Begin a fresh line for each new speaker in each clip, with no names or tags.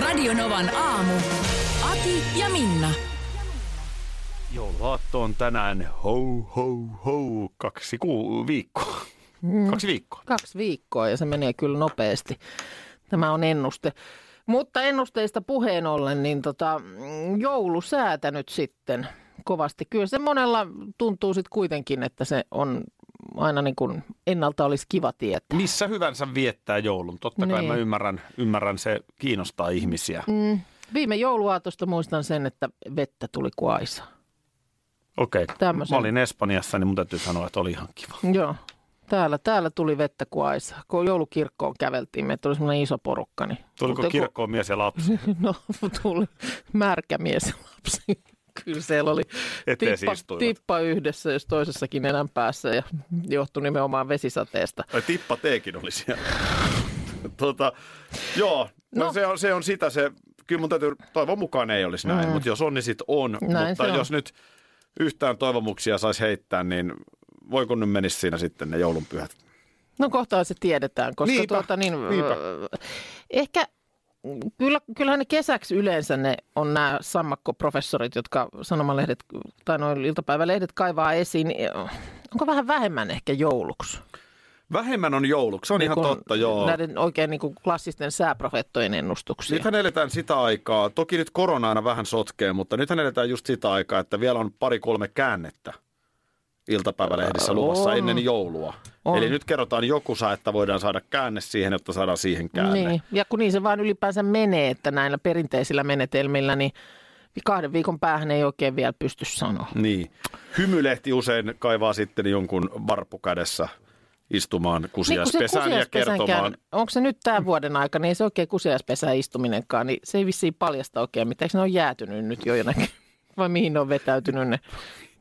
Radionovan aamu. Ati ja Minna.
Jouluaatto on tänään ho ho ho kaksi ku- viikkoa.
Mm.
Kaksi viikkoa.
Kaksi viikkoa ja se menee kyllä nopeasti. Tämä on ennuste. Mutta ennusteista puheen ollen, niin tota, mm, joulusäätä nyt sitten kovasti. Kyllä se monella tuntuu sitten kuitenkin, että se on aina niin kuin ennalta olisi kiva tietää.
Missä hyvänsä viettää joulun? Totta kai
Niin.
mä ymmärrän, ymmärrän, se kiinnostaa ihmisiä.
Mm. Viime jouluaatosta muistan sen, että vettä tuli kuin aisaa.
Okei, okay.
Tämmösen.
mä olin Espanjassa, niin mun täytyy sanoa, että oli ihan kiva.
Joo. Täällä, täällä tuli vettä kuin aisaa. Kun joulukirkkoon käveltiin, me tuli semmoinen iso porukka. Niin
Tuliko
Mutta kun-
kirkkoon mies ja lapsi?
No, tuli märkä mies ja lapsi. Kyllä siellä oli
Eteesi
tippa,
istuivat.
tippa yhdessä, jos toisessakin enän päässä ja johtui nimenomaan vesisateesta.
Ai, tippa teekin oli siellä. tota, joo, no,
No.
no. Se, on, se on sitä se, kyllä mun täytyy, toivon mukaan ei olisi näin, mm. mutta jos on, niin sit on.
Näin
mutta
se on.
jos nyt yhtään toivomuksia saisi heittää, niin voi kun nyt menisi siinä sitten ne joulunpyhät.
No kohtaan se tiedetään, koska
Niinpä,
tuota niin,
niinpä.
ö, ehkä kyllä, kyllähän ne kesäksi yleensä ne on nämä sammakkoprofessorit, jotka sanomalehdet tai noin iltapäivälehdet kaivaa esiin. Onko vähän vähemmän ehkä jouluksi?
Vähemmän on jouluksi, se on niin ihan
kun
totta, joo.
Näiden oikein niin kuin klassisten sääprofeettojen ennustuksia.
Nythän eletään sitä aikaa, toki nyt korona aina vähän sotkee, mutta nythän eletään just sitä aikaa, että vielä on pari-kolme käännettä iltapäivälehdissä
On.
luvassa ennen joulua.
On.
Eli nyt kerrotaan joku saa, että voidaan saada käänne siihen, jotta saadaan siihen käänne.
Niin, ja kun niin se vaan ylipäänsä menee, että näillä perinteisillä menetelmillä, niin kahden viikon päähän ei oikein vielä pysty sanoa.
Niin. Hymylehti usein kaivaa sitten jonkun varppu kädessä
Niin,
istumaan kusiaispesään ja kertomaan.
onko se nyt tämän vuoden aika, niin ei se oikein kusiaispesään istuminenkaan, niin se ei vissiin paljasta oikein, mitä Eikö ne on jäätynyt nyt jo jonnekin, vai mihin ne on vetäytynyt ne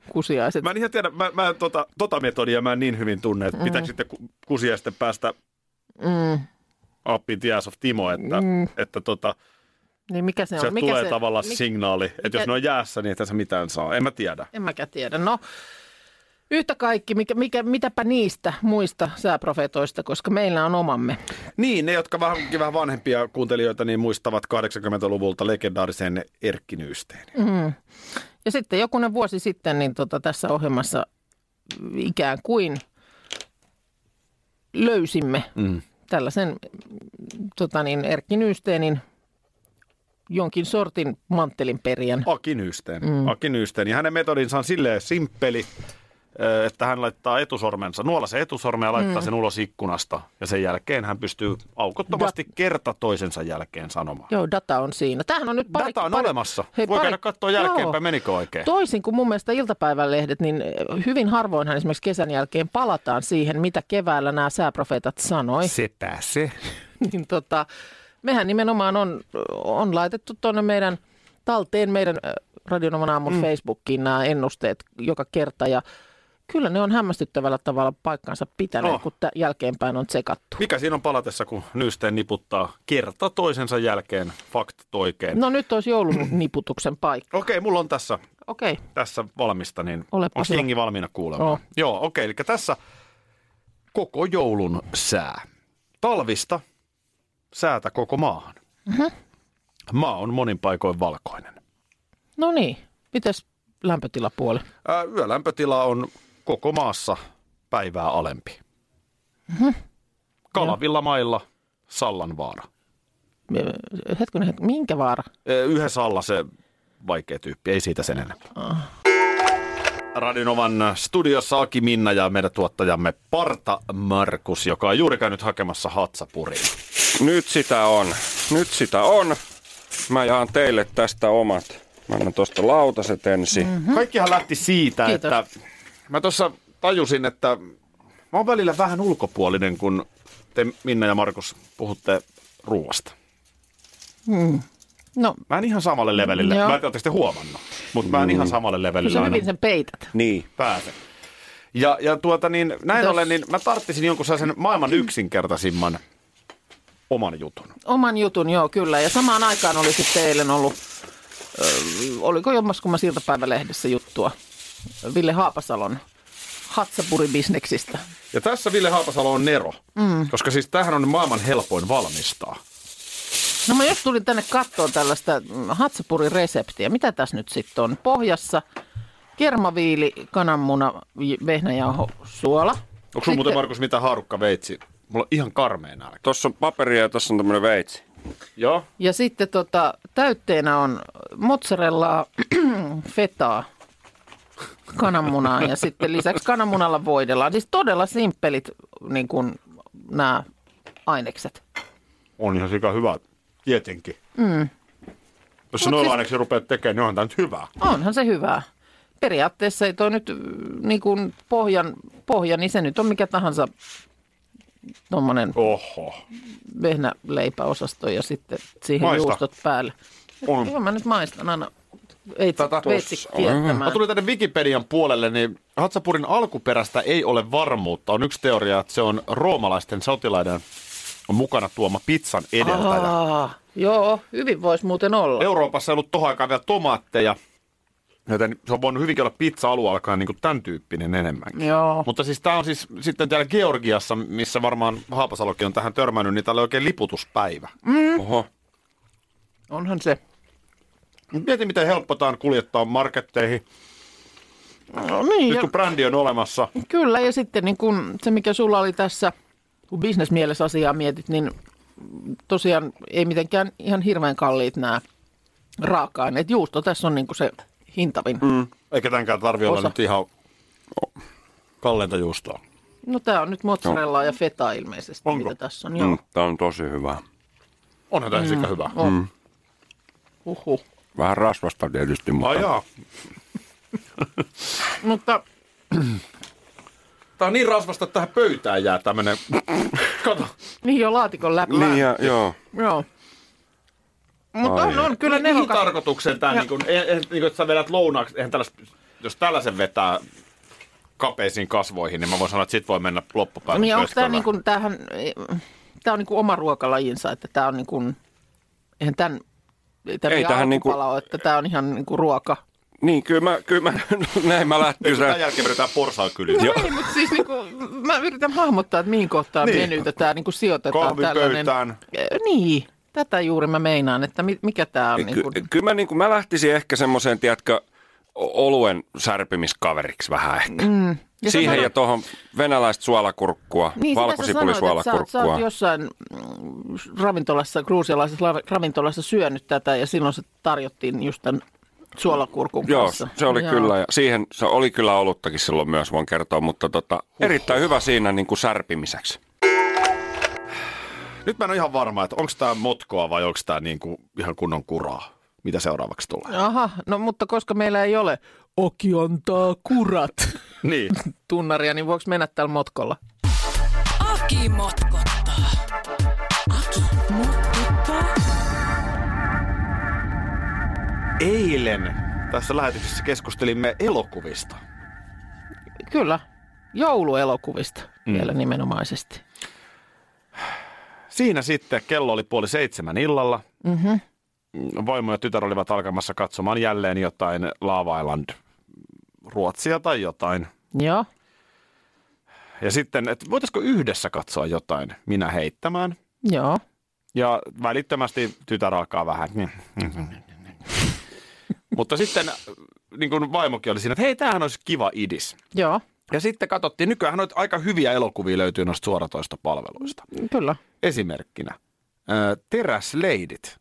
kusiaiset.
Mä en ihan tiedä, mä, mä en tota, tota metodia mä en niin hyvin tunne,
Mm-hmm.
että pitääkö sitten ku- kusiaisten päästä
Mm,
up in the ass of Timo, että,
Mm.
mm. että tota,
niin mikä se on?
Sieltä
mikä
tulee
se,
tavallaan
mikä-
signaali, että
mikä-
jos ne on jäässä, niin ei tässä mitään saa. En mä tiedä.
En mäkään tiedä. No, yhtä kaikki, mikä, mikä, mitäpä niistä muista sääprofetoista, koska meillä on omamme.
Niin, ne, jotka vähän, vähän vanhempia kuuntelijoita, niin muistavat 80-luvulta legendaarisen Erkki Nyysteen.
Mm. Ja sitten jokunen vuosi sitten niin tota, tässä ohjelmassa ikään kuin löysimme
Mm.
tällaisen mm, tota niin, Erkki Nysteenin jonkin sortin manttelin perijän.
Aki Nyysteen. Mm. Aki Nyysteen. Ja hänen metodinsa on silleen simppeli, ö, että hän laittaa etusormensa, nuolaisen etusormen ja laittaa mm. sen ulos ikkunasta. Ja sen jälkeen hän pystyy aukottomasti kerta toisensa jälkeen sanomaan.
Joo, data on siinä. Tämähän on nyt pari,
Data on
pari,
olemassa. Voi käydä katsoa jälkeenpäin, menikö oikein.
Toisin kuin mun mielestä iltapäivälehdet, niin hyvin harvoinhan esimerkiksi kesän jälkeen palataan siihen, mitä keväällä nämä sääprofeetat sanoi.
Sepä se.
niin tota, mehän nimenomaan on, on laitettu tuonne meidän talteen, meidän äh, Radionoman aamun mm. Facebookiin nämä ennusteet joka kerta ja kyllä ne on hämmästyttävällä tavalla paikkansa pitäneet,
Oh.
kun tä- jälkeenpäin on tsekattu.
Mikä siinä on palatessa, kun Nysteen niputtaa kerta toisensa jälkeen faktat oikein? No.
No nyt olisi jouluniputuksen paikka.
Okei, mulla on tässä,
Okei, okay.
tässä valmista, niin
Olepa
onko
hyvä.
jengi valmiina kuulemaan?
Oo.
Joo, okei, eli tässä koko joulun sää. Talvista säätä koko maahan. Mm-hmm. Maa on monin paikoin valkoinen.
no niin. Mites lämpötilapuoli?
Ää, yölämpötila on koko maassa päivää alempi. Mm-hmm. Kalavilla mailla Sallanvaara.
Ö, Hetkinen, hetk- minkä vaara?
Ö, Yhdessä alla se vaikea tyyppi, ei siitä sen enempää. Ah. Radinovan studiossa Aki Minna ja meidän tuottajamme Parta Markus, joka on juuri käynyt hakemassa hatsapuria.
Nyt sitä on. Nyt sitä on. Mä jaan teille tästä omat. Mä annan tuosta lautaset ensin.
Mm.
Mm-hmm.
Kaikkihan lähti siitä,
Kiitos.
että mä tuossa tajusin, että mä oon välillä vähän ulkopuolinen, kun te Minna ja Markus puhutte ruoasta.
No,
Mä en ihan samalle levelille.
Mm, Joo.
Joo. Mä en tiedä, ootteko te huomannut, mutta mä en ihan samalle
kyllä
levelille
sä
aina
hyvin sen peität.
Niin.
pääse. Ja, ja tuota niin, näin
Mitäs? Mm.
ollen, niin mä tarttisin jonkun sellaisen maailman yksinkertaisimman oman jutun.
Oman jutun, joo, kyllä. Ja samaan aikaan oli sitten eilen ollut, ö, oliko jommaskumman siltapäivälehdessä juttua Ville Haapasalon hatsapuribisneksistä.
Ja tässä Ville Haapasalo on Nero, mm. koska siis tämähän on maailman helpoin valmistaa.
No mä just tulin tänne kattoon tällaista mm, hatsapurireseptiä. Mitä tässä nyt sitten on? Pohjassa kermaviili, kananmuna, vi- vehnäjauho, suola.
Onko sun muuten,
Sitten-
Markus, mitä haarukka veitsi? Mulla on ihan karmea nälkä.
Tuossa on paperia ja tuossa on tämmöinen veitsi.
Joo.
Ja sitten tota, täytteenä on mozzarellaa, fetaa, kananmunaa ja sitten lisäksi kananmunalla voidellaan. Siis todella simppelit niin kuin nämä ainekset.
On ihan sika hyvä, tietenkin. Mm. Jos sä
Mut
noilla
siis-
aineksi rupeat tekemään, niin onhan tämä nyt hyvää.
Onhan se hyvää. Periaatteessa ei toi nyt mm, niin kuin pohjan, pohja, niin se nyt on mikä tahansa tuommoinen
Oho.
vehnäleipäosasto ja sitten siihen
Maista.
juustot päälle.
On.
Joo, mä nyt maistan aina veitsi,
Tätä tuossa
veitsi
on.
Mä
kiertämään.
tulin tänne Wikipedian puolelle, niin Hatsapurin alkuperästä ei ole varmuutta. On yksi teoria, että se on roomalaisten sotilaiden mukana tuoma pizzan edeltäjä.
Aa, joo, hyvin voisi muuten olla.
Euroopassa ei ollut tohon aikaan vielä tomaatteja, joten se on voinut hyvinkin olla pizza-alueelkaan niin kuin tämän tyyppinen enemmänkin.
Joo.
Mutta siis tämä on siis sitten täällä Georgiassa, missä varmaan Haapasalokin on tähän törmännyt, niin täällä oli oikein liputuspäivä.
Mm.
Oho.
Onhan se. Mm.
Mieti, miten helppo tämä on kuljettaa marketteihin.
No, niin,
Nyt
ja,
kun brändi on olemassa,
kyllä, ja sitten niin kun se, mikä sulla oli tässä, kun bisnesmielessä asiaa mietit, niin tosiaan ei mitenkään ihan hirveän kalliit nämä raaka-aineet. Juusto tässä on niin kuin se hintavin. Mm.
eikä tämänkään tarvi olla
Osa.
nyt ihan kalleinta juustoa.
No tämä on nyt mozzarellaa ja feta ilmeisesti,
Onko?
mitä tässä on. Joo. Mm.
Tämä on tosi hyvä.
Onhan tämä mm. hyvä.
On. Mm. Uhu.
Vähän rasvasta tietysti, mutta...
Ai jaa.
Mutta
Tää on niin rasvasta, että tähän pöytään jää tämmönen... Kato.
niin jo laatikon läpi.
Niin ja, joo.
Joo. Mutta on, on kyllä
Mihin
nehokas.
tarkoitukseen tää, niin kun, en, en, niin kun, että sä vedät lounaaksi, eihän tälläs, jos tällaisen vetää kapeisiin kasvoihin, niin mä voin sanoa, että sit voi mennä loppupäivän
Niin onko tämä
pötköllä.
niin kuin, tämähän, tämä on niin kuin oma ruokalajinsa, että tämä on niin kuin, eihän tämän, ei tämä
Ei tähän
niin
niinku-
kuin... että tämä on ihan niin kuin ruoka.
Niin, kyllä mä, kyllä mä no, näin mä
Eikö tämän
lähtisin.
jälkeen vedetään porsaa kyliin?
No ei, mutta siis niin kuin, mä yritän hahmottaa, että mihin kohtaan niin.
Niin.
menytä tämä niin kuin sijoitetaan.
Kahvipöytään.
Tällainen, Eh, niin, tätä juuri mä meinaan, että mi- mikä tämä on. Niin
Ky-
kuin,
kyllä mä, niin kuin, mä lähtisin ehkä semmoiseen, tiedätkö, o- oluen särpimiskaveriksi vähän ehkä. Mm.
Ja sä
Siihen
sanoit-
ja tuohon venäläistä suolakurkkua,
Niin,
niin,
sitä sä sanoit, että sä, oot- sä
valkosipulisuolakurkkua.
oot jossain mm, ravintolassa, kruusialaisessa la- ravintolassa syönyt tätä ja silloin se tarjottiin just tämän suolakurkun
Joo,
kanssa.
se oli
Joo.
kyllä. Ja siihen se oli kyllä oluttakin silloin myös, voin kertoa, mutta tota, erittäin hyvä siinä niin kuin särpimiseksi.
Nyt mä en ole ihan varma, että onko tämä motkoa vai onko tämä niinku ihan kunnon kuraa. Mitä seuraavaksi tulee?
Aha, no mutta koska meillä ei ole Oki antaa kurat
Niin.
tunnaria, niin voiko mennä tällä motkolla?
Aki motkottaa. Aki motkottaa.
Eilen tässä lähetyksessä keskustelimme elokuvista.
Kyllä, jouluelokuvista mm. vielä nimenomaisesti.
Siinä sitten kello oli puoli seitsemän illalla. Mm-hmm. Vaimo ja tytär olivat alkamassa katsomaan jälleen jotain Lava Island Ruotsia tai jotain.
Joo,
Ja sitten, että voitaisiko yhdessä katsoa jotain minä heittämään.
joo.
Ja välittömästi tytär alkaa vähän. niin. Mutta sitten niin kuin vaimokin oli siinä, että hei, tämähän olisi kiva idis.
Joo,
Ja sitten katsottiin, nykyään noita aika hyviä elokuvia löytyy noista suoratoistopalveluista.
kyllä.
Esimerkkinä ö, Teräsleidit.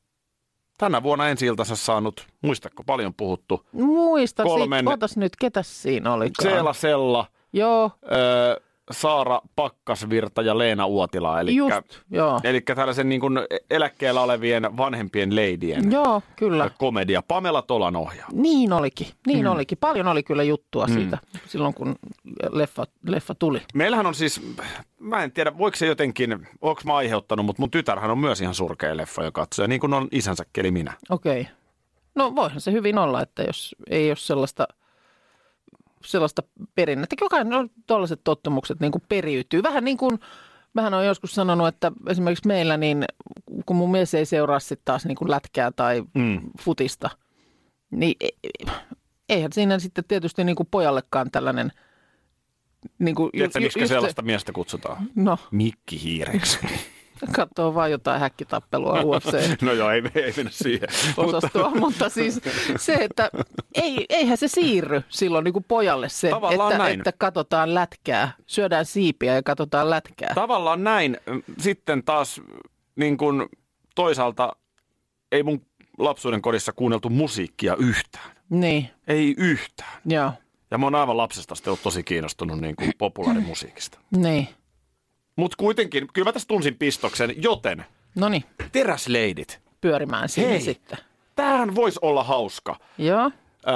Tänä vuonna ensi iltansa saanut, muistatko, paljon puhuttu,
Muista,
Kolmen-
Kolmen... otas nyt, ketä siinä oli?
Seela Sella,
Joo,
ö, Saara Pakkasvirta ja Leena Uotila. Eli,
Just, joo.
eli tällaisen niin kuin eläkkeellä olevien vanhempien leidien
Joo, kyllä.
komedia. Pamela Tolan ohjaa.
Niin olikin, niin mm. olikin. Paljon oli kyllä juttua mm. siitä silloin, kun leffa, leffa tuli.
Meillähän on siis, mä en tiedä, voiko se jotenkin, onko mä aiheuttanut, mutta mun tytärhän on myös ihan surkea leffa, joka katsoo, niin kuin on isänsä eli minä.
Okei. Okay. No voihan se hyvin olla, että jos ei ole sellaista, sellaista perinnettä. Jokainen on tuollaiset tottumukset niin kuin periytyy. Vähän niin kuin, mähän olen joskus sanonut, että esimerkiksi meillä, niin kun mun mies ei seuraa sitten taas niin kuin lätkää tai mm. futista, niin e- eihän siinä sitten tietysti niin kuin pojallekaan tällainen... Niin kuin, ju-
Tiedätkö,
ju-
miksi
just se-
sellaista miestä kutsutaan?
No,
Mikki Hiireksi.
katsoo vaan jotain häkkitappelua UFC.
No joo, ei, ei mennä siihen.
osastoa, mutta, mutta siis se, että ei, eihän se siirry silloin niin kuin pojalle se,
Tavallaan
että,
näin.
että katsotaan lätkää, syödään siipiä ja katsotaan lätkää.
Tavallaan näin. mm, Sitten taas niin kun toisaalta ei mun lapsuuden kodissa kuunneltu musiikkia yhtään.
niin,
Ei yhtään.
joo,
Ja mä oon aivan lapsesta asti ollut tosi kiinnostunut niin kuin populaarimusiikista.
niin.
Mutta kuitenkin, kyllä mä tässä tunsin pistoksen, joten
No niin,
teräsleidit.
pyörimään sinne
Hei.
sitten.
Tämähän voisi olla hauska.
Joo,
Öö,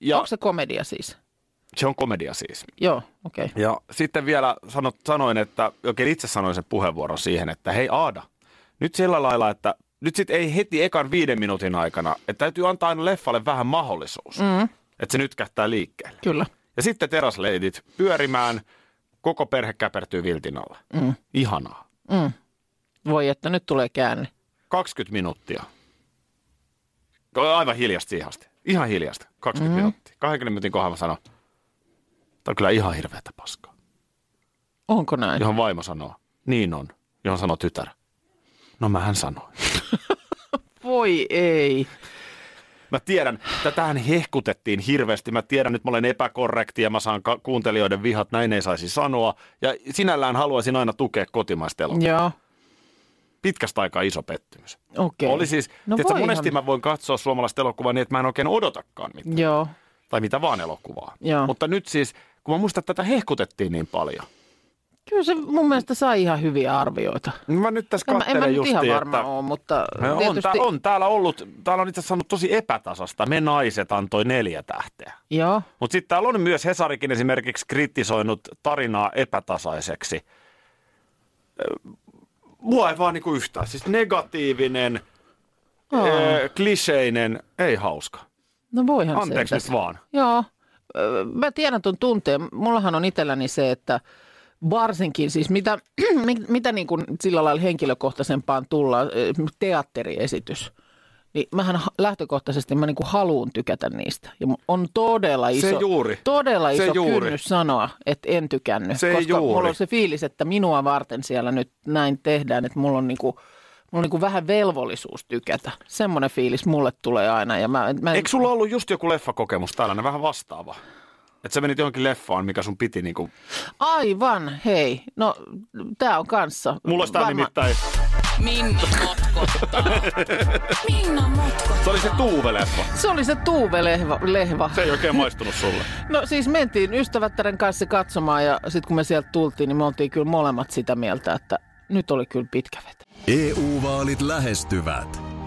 ja
onko se komedia siis?
se on komedia siis.
Joo, okei. Okay.
Ja sitten vielä sanot, sanoin, että oikein itse sanoin sen puheenvuoron siihen, että hei Aada, nyt sillä lailla, että nyt sitten ei heti ekan viiden minuutin aikana, että täytyy antaa aina leffalle vähän mahdollisuus, mm. että se nyt kähtää liikkeelle.
Kyllä.
Ja sitten terasleidit pyörimään, koko perhe käpertyy viltin alla. Mm. Ihanaa.
Voi, että nyt tulee käänne.
20 minuuttia. Aivan hiljasta siihen asti. Ihan hiljasta. 20 mm. minuuttia. 20 minuutin kohdalla mä sanon, tämä on kyllä ihan hirveätä paskaa.
Onko näin?
johon vaimo sanoo. Niin on, johon sanoo tytär. No mähän sanoin.
Voi ei.
Mä tiedän, tätähän hehkutettiin hirveästi. Mä tiedän, nyt mä olen epäkorrekti ja mä saan ka- kuuntelijoiden vihat, näin ei saisi sanoa. Ja sinällään haluaisin aina tukea kotimaista elokuvaa.
Joo,
Pitkästä aikaa iso pettymys.
okei.
Oli siis, no
No
tiedätkö,
voihan.
monesti mä voin katsoa suomalaista elokuvaa niin, että mä en oikein odotakaan mitään.
Joo,
Tai mitä vaan elokuvaa.
Joo.
Mutta nyt siis, kun mä muistan, että tätä hehkutettiin niin paljon.
kyllä se mun mielestä sai ihan hyviä arvioita.
Niin Mä nyt tässä
En No mä, en mä
katselen
nyt
justiin,
ihan varma
että...
ole, mutta
No On,
tietysti...
tää, on täällä ollut, täällä on itse asiassa ollut tosi epätasasta. Me naiset antoi neljä tähteä.
Joo,
Mutta sitten täällä on myös Hesarikin esimerkiksi kritisoinut tarinaa epätasaiseksi. Ö, Mua ei vaan niinku yhtään. Siis negatiivinen,
Aa.
ö, kliseinen, ei hauska.
no voihan se.
Anteeksi
tässä.
nyt vaan.
Joo, Öö, mä tiedän tuon tunteen. Mullahan on itselläni se, että varsinkin siis mitä, mi- mitä niin kuin sillä lailla henkilökohtaisempaan tullaan, öö, teatteriesitys. Niin mähän ha- lähtökohtaisesti mä niin kuin haluun tykätä niistä. Ja mu- on todella iso,
Se juuri.
Todella
Se
iso
juuri.
kynnys sanoa, että en tykännyt.
Se
koska
juuri.
mulla on se fiilis, että minua varten siellä nyt näin tehdään, että mulla on niin kuin, mulla on niin kuin vähän velvollisuus tykätä. Semmoinen fiilis mulle tulee aina. Ja mä, mä en-
Eikö sulla ollut just joku leffakokemus tällainen vähän vastaava? Että sä menit johonkin leffaan, mikä sun piti niinku...
Aivan, hei. No, tämä on kanssa.
Mulla olisi tää
varma-
nimittäin...
Minna motkottaa. Minna motkottaa.
Se oli se Tuuve-leffa.
Se oli se Tuuve-lehva. Lehva.
Se ei oikein maistunut sulle.
No siis mentiin ystävättären kanssa katsomaan ja sitten kun me sieltä tultiin, niin me oltiin kyllä molemmat sitä mieltä, että nyt oli kyllä pitkä vetä.
EU-vaalit E lähestyvät.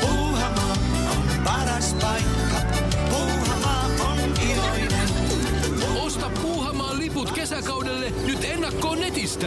Puuhamaa on paras paikka. Puuhamaa on iloinen.
Osta Puuhamaan liput kesäkaudelle nyt ennakkoon netistä.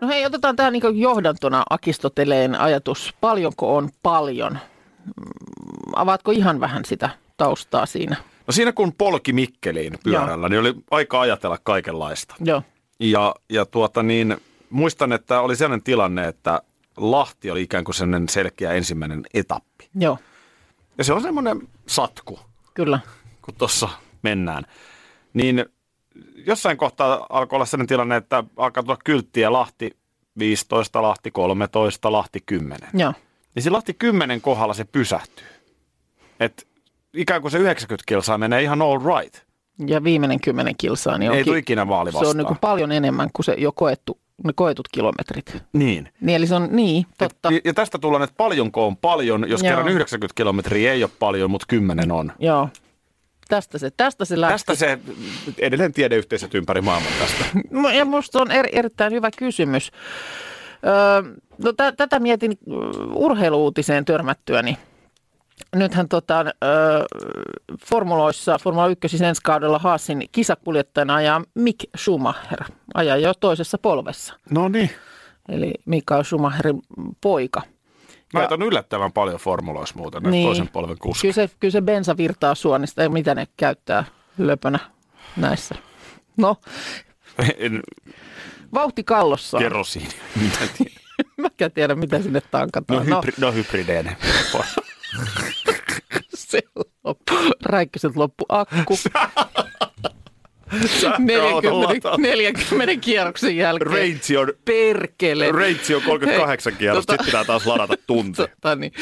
No hei, otetaan tähän niin johdantona Akistoteleen ajatus. Paljonko on paljon? Mm, Avaatko ihan vähän sitä taustaa siinä?
No siinä kun polki Mikkeliin pyörällä, niin oli aika ajatella kaikenlaista.
Joo.
Ja, ja tuota niin, muistan, että oli sellainen tilanne, että Lahti oli ikään kuin sellainen selkeä ensimmäinen etappi.
Joo,
Ja se on semmoinen satku,
kyllä.
kun tuossa mennään. Niin jossain kohtaa alkoi olla sellainen tilanne, että alkaa tulla kylttiä Lahti 15, Lahti 13, Lahti 10.
Joo.
Niin se Lahti 10 kohdalla se pysähtyy. Et ikään kuin se 90 kilsaa menee ihan all right.
Ja viimeinen kymmenen kilsaa, niin
Ei
onkin,
tule ikinä maali
se
vastaan.
on niin kuin paljon enemmän kuin se jo koettu, ne koetut kilometrit.
niin.
Niin, eli se on, niin, totta.
Ja, ja tästä tullaan, että paljonko on paljon, jos
Joo.
Joo. kerran 90 kilometriä ei ole paljon, mutta 10 on.
Joo. Tästä se, tästä se lähti.
Tästä se edelleen tiedeyhteisöt ympäri maailman tästä.
No, Ja musta on er, erittäin hyvä kysymys. Öö, no, tä, tätä mietin ö, urheiluuutiseen törmättyäni. Nythän tota, öö, formuloissa, Formula 1 ensi kaudella Haasin kisakuljettajana ajaa Mick Schumacher. Ajaa jo toisessa polvessa,
No niin.
eli Mikael Schumacherin poika.
Näitä on yllättävän paljon formuloissa muuten, niin. toisen polven kuski.
Kyllä se, kyllä se bensa virtaa suonista, ja mitä ne käyttää löpönä näissä. No,
En
vauhti kallossa.
kerro siinä. Mitä tiedä.
Mäkään tiedä, mitä sinne
No,
tankataan.
hybri, no hybrideinen.
se loppu. Räikköset loppu akku. 40,
Sähköautolla.
40 kierroksen jälkeen.
Range on,
Perkele.
range on 38 kierrosta, sitten pitää taas ladata tunti.
Tota niin.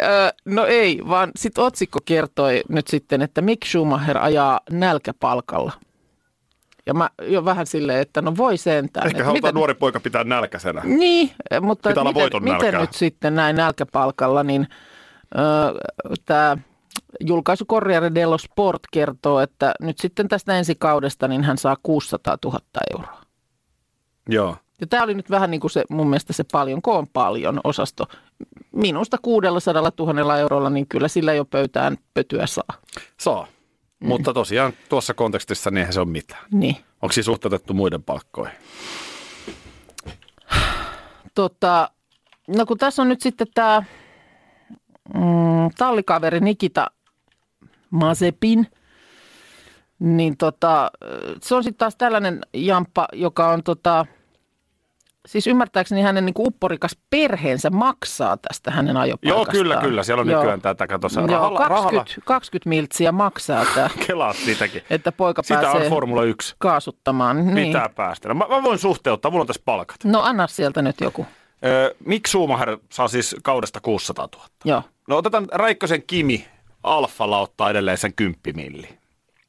Öö, no ei, vaan sitten otsikko kertoi nyt sitten, että Mick Schumacher ajaa nälkäpalkalla. Ja mä jo vähän silleen, että no voi sentään.
Ehkä
että
halutaan
miten-
nuori poika pitää nälkäisenä.
Niin, mutta
Pitää olla
miten,
voiton
miten
nälkää.
nyt sitten näin nälkäpalkalla, niin öö, tämä julkaisu Corriere dello Sport kertoo, että nyt sitten tästä ensi kaudesta niin hän saa 600 000 euroa.
Joo.
Ja tämä oli nyt vähän niin kuin se, mun mielestä se paljon koon paljon osasto. Minusta 600 000 eurolla, niin kyllä sillä jo pöytään pötyä saa.
Saa. Mutta tosiaan tuossa kontekstissa niin eihän se ole mitään.
Niin.
Onko siis suhteutettu muiden palkkoihin?
Tota, no kun tässä on nyt sitten tämä mm, tallikaveri Nikita Masepin, niin tota, se on sitten taas tällainen jamppa, joka on tota, siis ymmärtääkseni hänen niinku upporikas perheensä maksaa tästä hänen
Joo,
ajopaikastaan.
kyllä, kyllä. Siellä on
Joo.
nykyään tätä, kato sä,
Joo,
rahalla,
20,
rahalla
20 miltsiä maksaa tämä,
kelaat sitäkin.
että poika
Sitä on
pääsee
Formula 1.
kaasuttamaan. Niin.
Pitää päästä. No, Mä, mä voin suhteuttaa, mulla on tässä palkat.
No anna sieltä nyt joku.
Öö, Mick Schumacher saa siis kaudesta 600 000.
Joo,
No otetaan Räikkösen Kimi. Alfalla ottaa edelleen sen kymppimilli.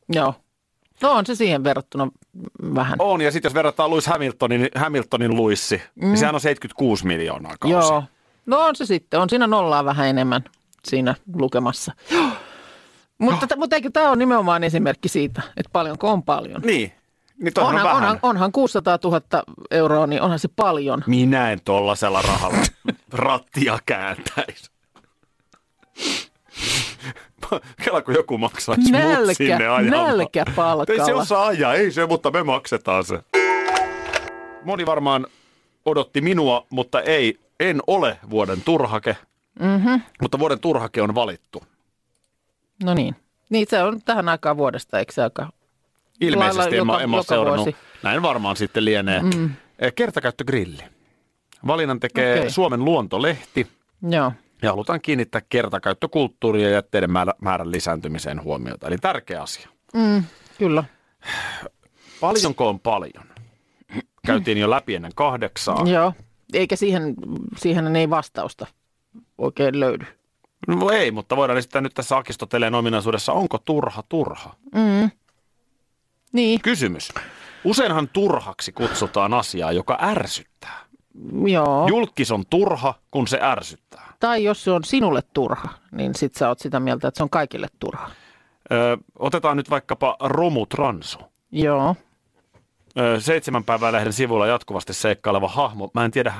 joo. No on se siihen verrattuna vähän.
On, ja sitten jos verrataan Lewis Hamiltonin, Hamiltonin Luissi, mm. niin sehän on 76 miljoonaa kausi.
Joo. No on se sitten. On siinä nollaa vähän enemmän siinä lukemassa. Joo. Mutta, t- mutta eikö tämä ole nimenomaan esimerkki siitä, että paljonko on paljon?
Niin, niin toihan
Onhan,
on vähän.
onhan, onhan 600 000 euroa, niin onhan se paljon.
Minä en tollasella rahalla rattia kääntäisi. Kela, kun joku maksaisi mut
Nälkä,
sinne ajamaan. Ei se
nälkäpalkalla.
osaa ajaa, ei se, mutta me maksetaan se. Moni varmaan odotti minua, mutta ei, en ole vuoden turhake. Mm-hmm. Mutta vuoden turhake on valittu.
No niin. Niin se on tähän aikaan vuodesta, eikö se aika?
Ilmeisesti
Lailla
en,
joka-
mä- en mä ole
joka
seurannut.
vuosi.
Näin varmaan sitten lienee. Mm. Kertakäyttögrilli. Valinnan tekee
Okei.
okay. Suomen luontolehti.
Joo.
Ja halutaan kiinnittää kertakäyttökulttuuria ja jätteiden määrä, määrän lisääntymiseen huomiota. Eli tärkeä asia.
Kyllä.
Paljonko on paljon? Käytiin jo läpi ennen kahdeksaa.
Joo. Eikä siihen, siihen ei vastausta oikein löydy.
No ei, mutta voidaan esittää nyt tässä akistoteleen ominaisuudessa, onko turha turha?
Niin,
Kysymys. Useinhan turhaksi kutsutaan asiaa, joka ärsyttää.
joo.
Julkis on turha, kun se ärsyttää.
Tai jos se on sinulle turha, niin sit sä oot sitä mieltä, että se on kaikille turha.
Ö, otetaan nyt vaikkapa romutransu.
Joo.
Ö, seitsemän päivää lehden sivulla jatkuvasti seikkaileva hahmo. Mä en tiedä,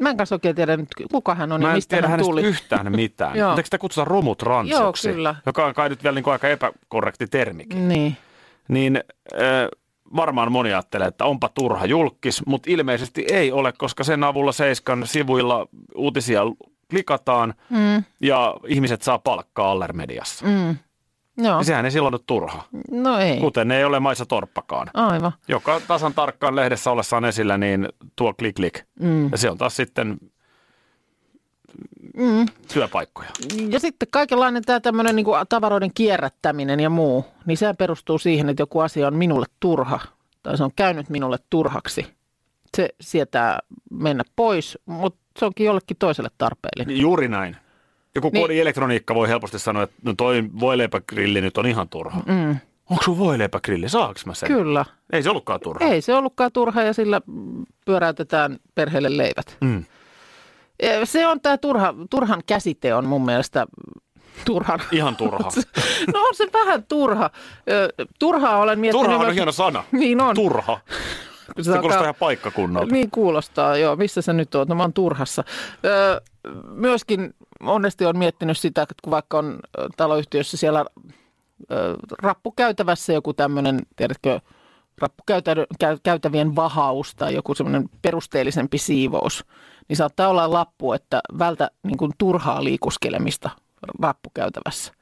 Mä en kanssa oikein tiedä nyt, kuka hän on
Mä
ja
en
mistä
tiedä
Niin hän
hänestä
tuli.
yhtään mitään.
Joo.
Mutta eikö sitä kutsuta romutransuksi?
Joo, kyllä.
niinku Joka on kai nyt vielä niin kuin aika epäkorrekti termikin.
Niin.
Niin äh, varmaan moni ajattelee, että onpa turha julkis, mutta ilmeisesti ei ole, koska sen avulla Seiskan sivuilla uutisia klikataan mm. ja ihmiset saa palkkaa Allermediassa. Mm.
Joo.
Sehän ei silloin ole turha,
No ei.
kuten ei ole Maisa Torppakaan.
Aivan.
joka tasan tarkkaan lehdessä ollessaan esillä, niin tuo klik klik. Mm. Ja se on taas sitten
Mm.
työpaikkoja.
Ja sitten kaikenlainen tämä tämmöinen niin tavaroiden kierrättäminen ja muu, niin sehän perustuu siihen, että joku asia on minulle turha tai se on käynyt minulle turhaksi. Se sietää mennä pois, mutta se onkin jollekin toiselle tarpeellinen.
Juuri näin. Joku
Niin.
niin. koodielektroniikka voi helposti sanoa, että no toi voileipägrilli nyt on ihan turha.
Mm.
Onko sun voileipägrilli? Saaks mä sen?
Kyllä.
Ei se ollutkaan Niin. turha.
Ei se ollutkaan turha ja sillä mm, pyöräytetään perheelle leivät.
Mm.
Ja Se on tämä turha, turhan käsite on mun mielestä mm, turhan.
Ihan turha.
No on se vähän turha. Ö, Turhaa olen miettinyt.
turha on
myös-
hieno sana.
Niin on.
Turha.
Kun
Se kuulostaa
alkaa-
ihan paikkakunnalta.
Niin kuulostaa, joo. Missä sä nyt oot? No mä oon turhassa. Öö, myöskin monesti on miettinyt sitä, että kun vaikka on ö, taloyhtiössä siellä ö, rappukäytävässä joku tämmöinen, tiedätkö, rappukäytävien vahaus tai joku semmoinen perusteellisempi siivous, niin saattaa olla lappu, että vältä niin kuin turhaa liikuskelemista rappukäytävässä.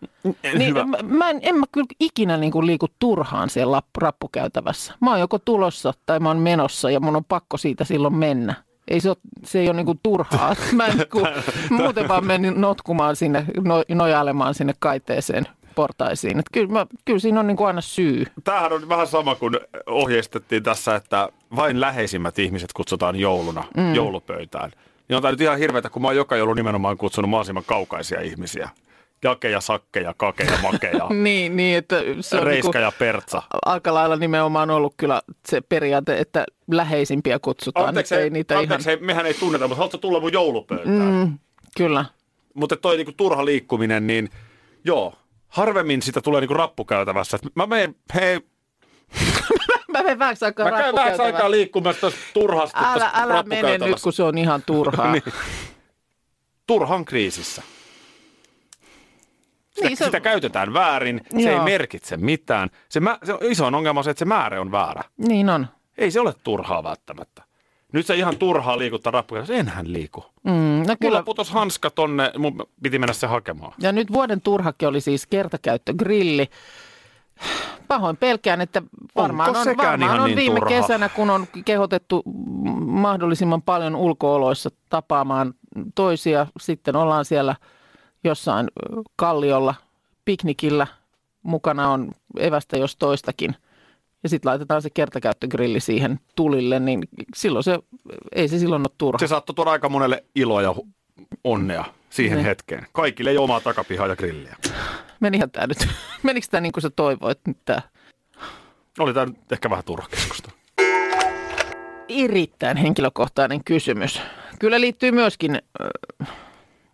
Niin,
Hyvä.
mä, mä en, en mä kyllä ikinä niin kuin liiku turhaan siellä lapp, rappukäytävässä. Mä oon joko tulossa tai mä oon menossa ja mun on pakko siitä silloin mennä. Ei se, ole, se ei ole niinku turhaa. Mä en niinku, muuten vaan menin notkumaan sinne, no, nojailemaan sinne kaiteeseen portaisiin. Et kyllä, mä, kyllä siinä on niinku aina syy.
Tämähän on vähän sama kuin ohjeistettiin tässä, että vain läheisimmät ihmiset kutsutaan jouluna mm. joulupöytään. Niin on tämä nyt ihan hirveätä, kun mä oon joka joulu nimenomaan kutsunut mahdollisimman kaukaisia ihmisiä. Jakeja, sakkeja, kakeja, makeja,
Niin, niin että se on niinku,
reiska ja pertsa.
aika lailla nimenomaan ollut kyllä se periaate, että läheisimpiä kutsutaan.
Anteeksi,
että ei niitä
anteeksi
ihan,
hei, mehän ei tunneta, mutta haluatko tulla mun joulupöytään? Mm.
Kyllä.
Mutta toi niinku turha liikkuminen, niin joo, harvemmin sitä tulee niinku rappukäytävässä. Et Mä menen, hei,
Mä menen vähäksi aikaa
mä käyn vähän
rappukäytävään.
aikaa liikkumassa tässä turhasti
Älä,
tässä
älä mene
rappukäytävässä.
nyt, kun se on ihan turhaa. niin,
turhan kriisissä. Sitä,
Niin,
niin se...
se-
sitä käytetään väärin, se
Joo.
ei merkitse mitään. Se, mä, se on isoin ongelma on se, että se määrä on väärä.
niin on.
Ei se ole turhaa välttämättä. Nyt se ihan turhaa liikuttaa rappukäytävässä. Enhän liiku. Kyllä.
Mm, no
Mulla
kyllä.
putos hanska tonne, mun piti mennä se hakemaan.
Ja nyt vuoden turhakin oli siis kertakäyttögrilli. Pahoin pelkään, että varmaan
Onko
on,
sekään
varmaan
ihan
on
niin
viime
turha?
kesänä, kun on kehotettu mahdollisimman paljon ulkooloissa tapaamaan toisia. Sitten ollaan siellä jossain ö, kalliolla, piknikillä. Mukana on evästä jos toistakin. Ja sitten laitetaan se kertakäyttögrilli siihen tulille, niin silloin se, ei se silloin ole turha.
Se saattoi tuoda aika monelle iloa ja hu- onnea siihen
Niin.
hetkeen. Kaikille ei ole omaa takapihaa ja grilliä.
Menihän tämä nyt, menikö tämä niin kuin sä toivoit nyt tämä?
Oli tämä nyt ehkä vähän turha keskustelu.
erittäin henkilökohtainen kysymys. Kyllä liittyy myöskin, ö,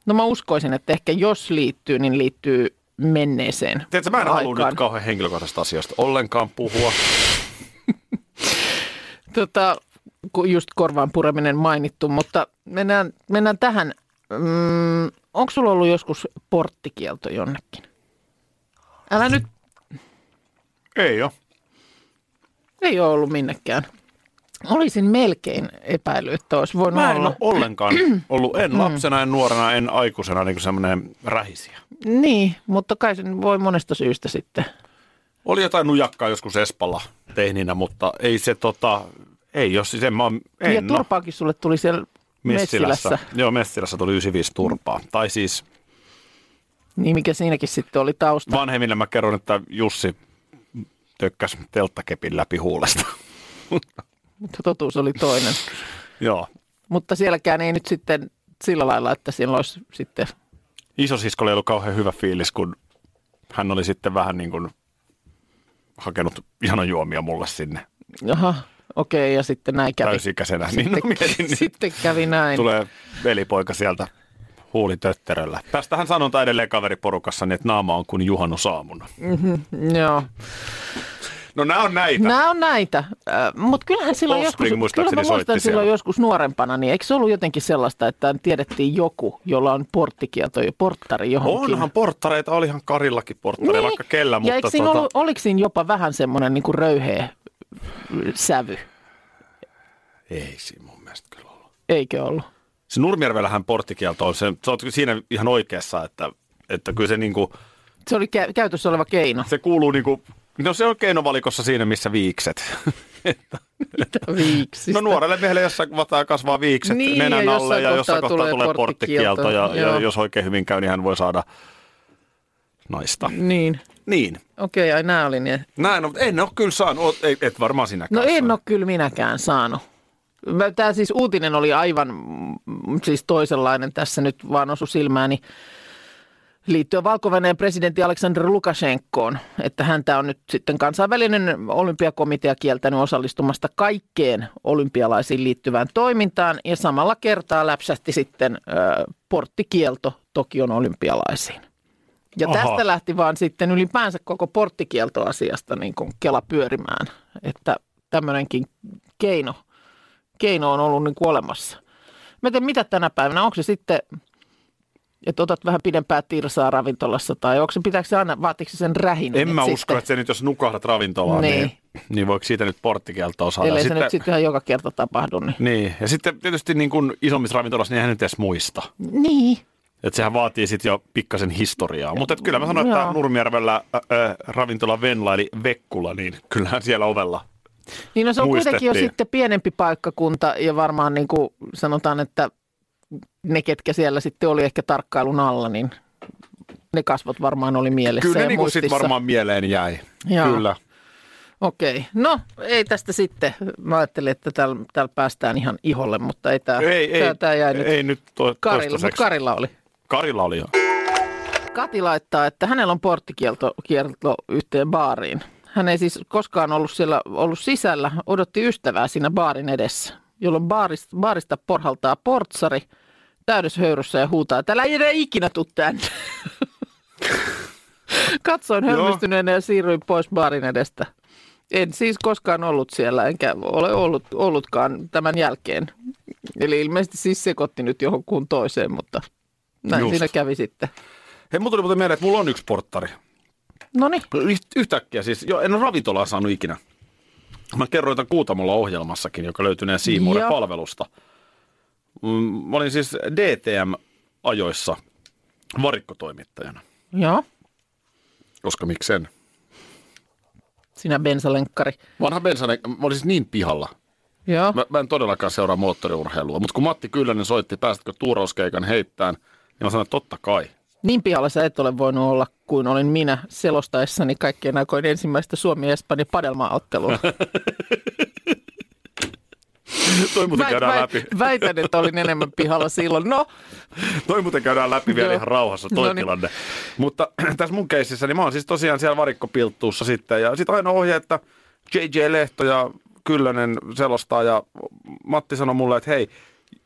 no mä uskoisin, että ehkä jos liittyy, niin liittyy menneeseen
Tiedätkö, mä en halua
aikaan.
nyt kauhean henkilökohtaisesta asiasta ollenkaan puhua.
tota, ku- just korvaan pureminen mainittu, mutta mennään, mennään tähän. Mm, Onko sulla ollut joskus porttikielto jonnekin? Älä nyt,
Ei ole.
ei ole ollut minnekään. Olisin melkein epäillyt, että olisi voinut
Mä en
olla.
ole ollenkaan ollut,
Mm.
en lapsena, en nuorena, en aikuisena niin semmoinen rähisiä.
Niin, mutta kai sen voi monesta syystä sitten.
Oli jotain nujakkaa joskus Espalla tehninä, mutta ei se tota, ei jos siis en mä oon- en
ja
oo.
turpaakin sulle tuli siellä Messilässä.
Joo, Messilässä tuli 95 turpaa. Tai siis
Niin mikä siinäkin sitten oli tausta.
vanhemmille mä kerron, että Jussi tökkäs telttakepin läpi huulesta.
Mutta totuus oli toinen.
Joo.
Mutta sielläkään ei nyt sitten sillä lailla, että siellä olisi sitten...
Isosisko oli ollut kauhean hyvä fiilis, kun hän oli sitten vähän niin kuin hakenut ihanajuomia mulle sinne
Aha, okei, okay, ja sitten näin kävi.
täysikäisenä. Niin
Sitten,
no, mietin, nyt.
sitten kävi näin.
Tulee velipoika sieltä huulitötteröllä. Tästähän sanotaan edelleen kaveriporukassa, niin, että naama on kuin juhannusaamuna.
Joo.
No nämä on näitä.
Nämä on näitä, mutta kyllähän silloin joskus,
Offspring
kyllä
muistaakseni
mä muistan
soitti
silloin
siellä.
joskus nuorempana, niin eikö se ollut jotenkin sellaista, että tiedettiin joku, jolla on porttikielto ja porttari johonkin?
Onhan porttareita, olihan Karillakin porttareita,
Niin.
vaikka kellä,
ja
mutta tota- tuota-
eikö siinä ollut, oliko siinä jopa vähän semmoinen niin kuin niinku röyheä sävy.
Ei siinä mun mielestä kyllä ollut.
Eikö ollut?
Se Nurmijärvellähän porttikielto on, se, se on siinä ihan oikeassa, että, että kyllä se, niinku,
Se oli kä- käytössä oleva keino.
se kuuluu niinku, no se on keinovalikossa siinä, missä viikset.
Siis
No
Viiksistä.
nuorelle miehelle jossain vataa kasvaa viikset
Niin,
niin,
ja
nenän
jossain
alle ja
kohtaa
jossain kohtaa
tulee
tulee
porttikielto,
porttikielto ja,
joo.
ja jos oikein hyvin käy, niin hän voi saada naista.
Niin.
Niin.
Okei, ai nämä oli ne.
Näin on, mutta en ole kyllä saanut, oot- ei- et varmaan sinäkään.
No en
saanut.
ole kyllä minäkään saanut. Tämä siis uutinen oli aivan mm, siis toisenlainen tässä nyt vaan osu silmääni liittyen valko presidentti Aleksandr Lukashenkoon, että häntä on nyt sitten kansainvälinen olympiakomitea kieltänyt osallistumasta kaikkeen olympialaisiin liittyvään toimintaan ja samalla kertaa läpsähti sitten ö, porttikielto Tokion olympialaisiin. Ja
Aha.
tästä lähti vaan sitten ylipäänsä koko porttikieltoasiasta niin kuin Kela pyörimään, että tämmöinenkin keino, keino on ollut niin kuin olemassa. Mä en tiedä, mitä tänä päivänä, onko se sitten, että otat vähän pidempää tirsaa ravintolassa tai onko se, pitääkö se aina, vaatiiko se sen rähinän?
En mä
että
usko,
sitten-
että se nyt jos nukahdat ravintolaan, niin,
Niin.
niin, niin voiko siitä nyt porttikieltoa saada.
Ellei se
Sitten-
nyt sitten ihan joka kerta tapahdu, niin.
Niin, ja sitten tietysti niin kuin isommissa ravintolassa, niin eihän nyt edes muista.
Niin.
Et sehän vaatii sitten jo pikkasen historiaa. Mutta et kyllä mä sanon,
Joo.
että Nurmijärvellä ä, ä, ravintola Venla eli Vekkula, niin kyllähän siellä ovella.
Niin no se on kuitenkin jo
Muistettiin.
sitten pienempi paikkakunta ja varmaan niin kuin sanotaan, että ne, ketkä siellä sitten oli ehkä tarkkailun alla, niin ne kasvot varmaan oli mielessä
Kyllä
ja
ne niin sitten
muistissa.
varmaan mieleen jäi.
Joo.
Kyllä.
Okei, no ei tästä sitten. Mä ajattelin, että täällä, täällä päästään ihan iholle, mutta ei tämä,
Ei,
Äh, tää,
ei,
tää jäi nyt
ei nyt to,
Karilla, mutta
toistaiseksi.
Karilla oli.
Karilla oli jo.
Kati laittaa, että hänellä on porttikielto kierto yhteen baariin. Hän ei siis koskaan ollut siellä ollut sisällä, odotti ystävää siinä baarin edessä, jolloin baarista, baarista porhaltaa portsari täydyshöyryssä ja huutaa, että älä enää ikinä tuu tänne. Katsoin
Joo.
hölmistyneenä ja siirryin pois baarin edestä. En siis koskaan ollut siellä, enkä ole ollut, ollutkaan tämän jälkeen. Eli ilmeisesti siis sekoitti nyt johonkuun toiseen, mutta näin
Just.
siinä kävi sitten.
Hei, mun tuli muuten mieleen, että mulla on yksi porttari.
No niin.
Yht- Yhtäkkiä siis, joo, en ole ravintolaa saanut ikinä. Mä kerroin tämän Kuutamolla ohjelmassakin, joka löytyneen Siimoiden
Joo.
palvelusta. Mm, Mä olin siis DTM-ajoissa varikkotoimittajana,
Joo,
koska miksen.
sinä bensalenkkari.
Vanha bensainen, mä olin siis niin pihalla.
Joo,
Mä, mä en todellakaan seuraa moottoriurheilua, mutta kun Matti Kyllönen soitti, päästätkö tuurauskeikan heittämään, niin mä sanoin, että totta kai.
niin pihalla sä et ole voinut olla kuin olin minä selostaessani kaikkien aikojen ensimmäistä Suomi-Espanja padelmaottelua.
Toi muuten
Väit,
käydään
väit,
läpi.
väitän, että olin enemmän pihalla silloin. No,
Toi muuten käydään läpi vielä
Joo.
ihan rauhassa, toi
No niin.
tilanne. Mutta tässä mun keississä, niin mä oon siis tosiaan siellä varikkopilttuussa sitten. Ja sitten aina ohje, että JJ Lehto ja Kyllönen selostaa ja Matti sanoi mulle, että hei,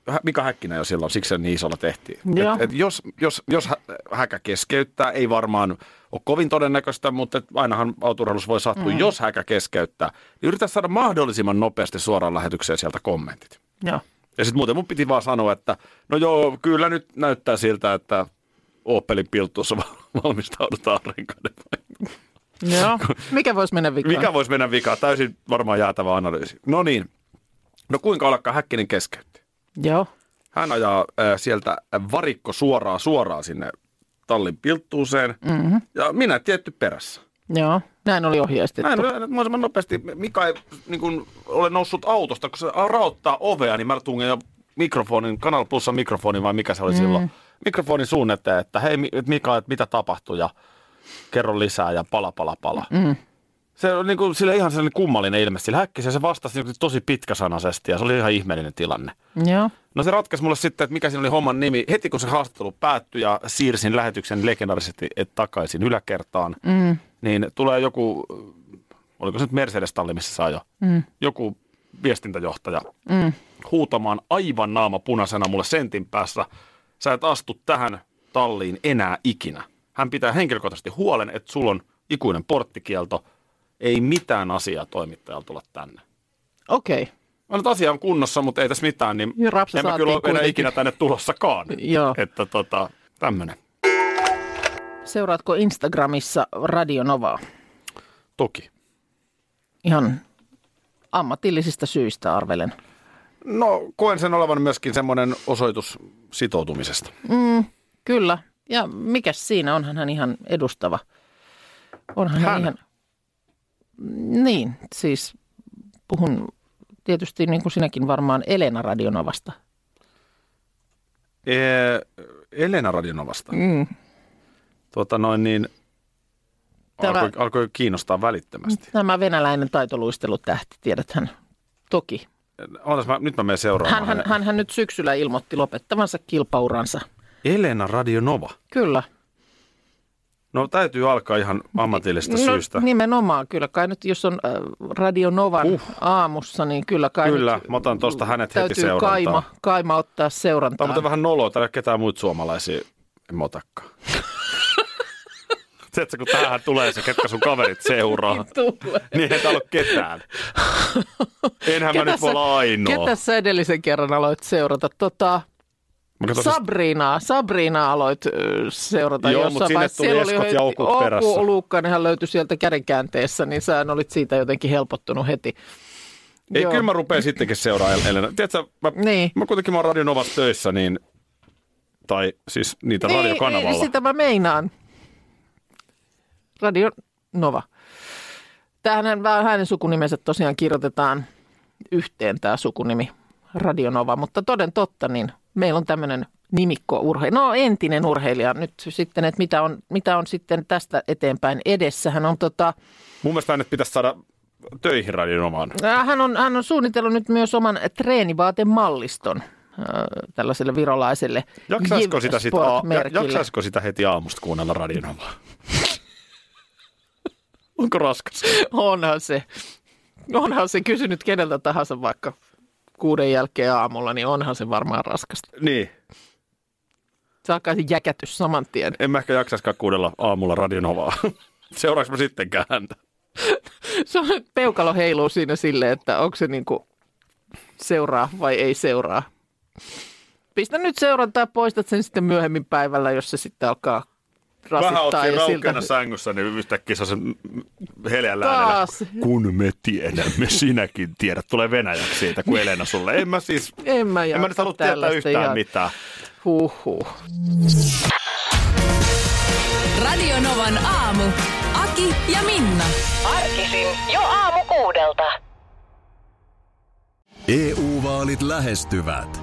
Hä- Mika Häkkinen jo silloin, siksi se niin isolla tehtiin.
Joo.
Et, et jos, jos, jos hä- häkä keskeyttää, ei varmaan ole kovin todennäköistä, mutta et ainahan auturheilussa voi sattua, mm. jos häkä keskeyttää. Niin yritä saada mahdollisimman nopeasti suoraan lähetykseen sieltä kommentit.
joo.
Ja sitten muuten mun piti vaan sanoa, että no joo, kyllä nyt näyttää siltä, että Opelin pilttuussa val- valmistaudutaan renkaiden vaihtoon.
joo. Mikä voisi mennä vikaan?
Mikä voisi mennä vikaan? Täysin varmaan jäätävä analyysi. No niin. No kuinka ollakaan Häkkinen keskeytti?
Joo,
Hän ajaa äh, sieltä varikko suoraan suoraan sinne tallin pilttuuseen mm-hmm. ja minä tietty perässä.
joo. Näin oli ohjeistettu.
Näin että mahdollisimman nopeasti. Mika ei niin kun, ole noussut autosta, kun se raottaa ovea, niin mä tungen jo mikrofonin, Kanal Plussa mikrofonin vai mikä se oli mm. silloin, mikrofonin suun eteen, että hei Mi- et Mika, että mitä tapahtui ja kerro lisää ja pala pala pala. Mm. Se on niin kuin, sille ihan sellainen kummallinen ilme. Sillä häkkisellä se vastasi niin kuin tosi pitkäsanaisesti ja se oli ihan ihmeellinen tilanne.
Joo.
No se ratkaisi mulle sitten, että mikä siinä oli homman nimi. Heti kun se haastattelu päättyi ja siirsin lähetyksen legendaarisesti et takaisin yläkertaan, mm. niin tulee joku, oliko se nyt Mercedes-talli, missä saa jo, mm. joku viestintäjohtaja mm. huutamaan aivan naama punaisena mulle sentin päässä. Sä et astu tähän talliin enää ikinä. Hän pitää henkilökohtaisesti huolen, että sulla on ikuinen porttikielto. Ei mitään asiaa toimittajalla tulla tänne.
Okei,
No nyt asia on kunnossa, mutta ei tässä mitään, niin
Joo, rapsa
en mä
saatiin
kyllä ole enää
kuitenkin.
ikinä tänne tulossakaan.
joo.
Että tota, tämmönen.
Seuraatko Instagramissa Radio Novaa?
Toki.
Ihan ammatillisista syistä arvelen.
No koen sen olevan myöskin semmoinen osoitus sitoutumisesta.
Kyllä. Ja mikä siinä? Onhan hän ihan edustava. Onhan hän,
Hän?
ihan... Niin, siis puhun tietysti niin kuin sinäkin varmaan Elena Radionovasta.
Ee, E, Elena Radionovasta.
Mm.
Tuota noin niin,
Tämä-
alkoi, alkoi kiinnostaa välittömästi.
Tämä venäläinen taitoluistelutähti, tiedät hän toki.
Ootas mä, nyt mä menen seuraamaan.
Mm. Hän, hän, hän, hän nyt syksyllä ilmoitti lopettavansa kilpauransa.
Elena Radionova.
Kyllä.
No täytyy alkaa ihan ammatillisesta
no,
syystä.
Nimenomaan, kyllä kai nyt, jos on äh, Radio Novan uh, aamussa, niin kyllä kai
Kyllä,
nyt
mä otan tuosta hänet heti
täytyy
seurantaan.
kaima, kaima ottaa
Tämä on
seurantaan.
muuten vähän noloa, täällä ei ole ketään muut suomalaisia en mä otakaan. se, että kun tähän tulee se, ketkä sun kaverit seuraa,
Tulee.
niin ei täällä ole ketään. Enhän mä nyt voi olla ainoa.
ketä sä edellisen kerran aloit seurata? Tota,
Mä katson siis-
Sabrina, Sabrina aloit ö, seurata
Joo, mut
jossain
sinne tuli
Siellä
eskot
oli
ja aukot
Ouku
perässä.
Luukkanenhan löytyi sieltä kädenkäänteessä, niin sä olit siitä jotenkin helpottunut heti.
Ei,
Joo.
kyllä mä rupean sittenkin seuraa Elena. Tiedätkö, mä,
Niin.
mä kuitenkin mä oon Radio Novassa töissä, niin, tai siis niitä niin, radiokanavalla.
Niin, sitä mä meinaan. Radio Nova. Tämähän vähän hänen sukunimensä tosiaan kirjoitetaan yhteen tämä sukunimi Radio Nova, mutta toden totta, niin meillä on tämmöinen nimikko urheilija. No entinen urheilija nyt sitten, että mitä on, mitä on sitten tästä eteenpäin edessä. Hän on, tota,
Mun mielestä hänet pitäisi saada töihin Radio Novaan.
äh, hän on, hän on suunnitellut nyt myös oman treenivaatemalliston äh, tällaiselle virolaiselle
Jaksaisiko
Jiv
sitä, sit, a,
Sport-merkille.
jaksaisiko sitä heti aamusta kuunnella Radio Novaa? Onko raskas?
Onhan se. Onhan se kysynyt keneltä tahansa vaikka kuuden jälkeen aamulla, niin onhan se varmaan raskasta.
Niin,
Se alkaa se jäkätys saman tien.
en mä ehkä jaksaiskaan kuudella aamulla Radio Novaa. Seuraaks mä sittenkään häntä?
Se on, peukalo heiluu siinä silleen, että onko se niinku seuraa vai ei seuraa. Pistä nyt seurantaa, poistat sen sitten myöhemmin päivällä, jos se sitten alkaa
Vähän
rasittaa.
otin
ja siltä...
raukeana sängyssä, niin yhtäkkiä saa sen heleän äänellä.
Taas.
Kun me tiedämme, sinäkin tiedät. Tulee venäjäksi siitä, kun Elena sulle. En mä siis,
En mä,
en
jaksa
mä nyt halua tietää
tällaista
yhtään
ihan.
mitään.
Huhhuh.
Radio Novan aamu. Aki ja Minna.
Arkisin jo aamu kuudelta.
EU-vaalit E lähestyvät.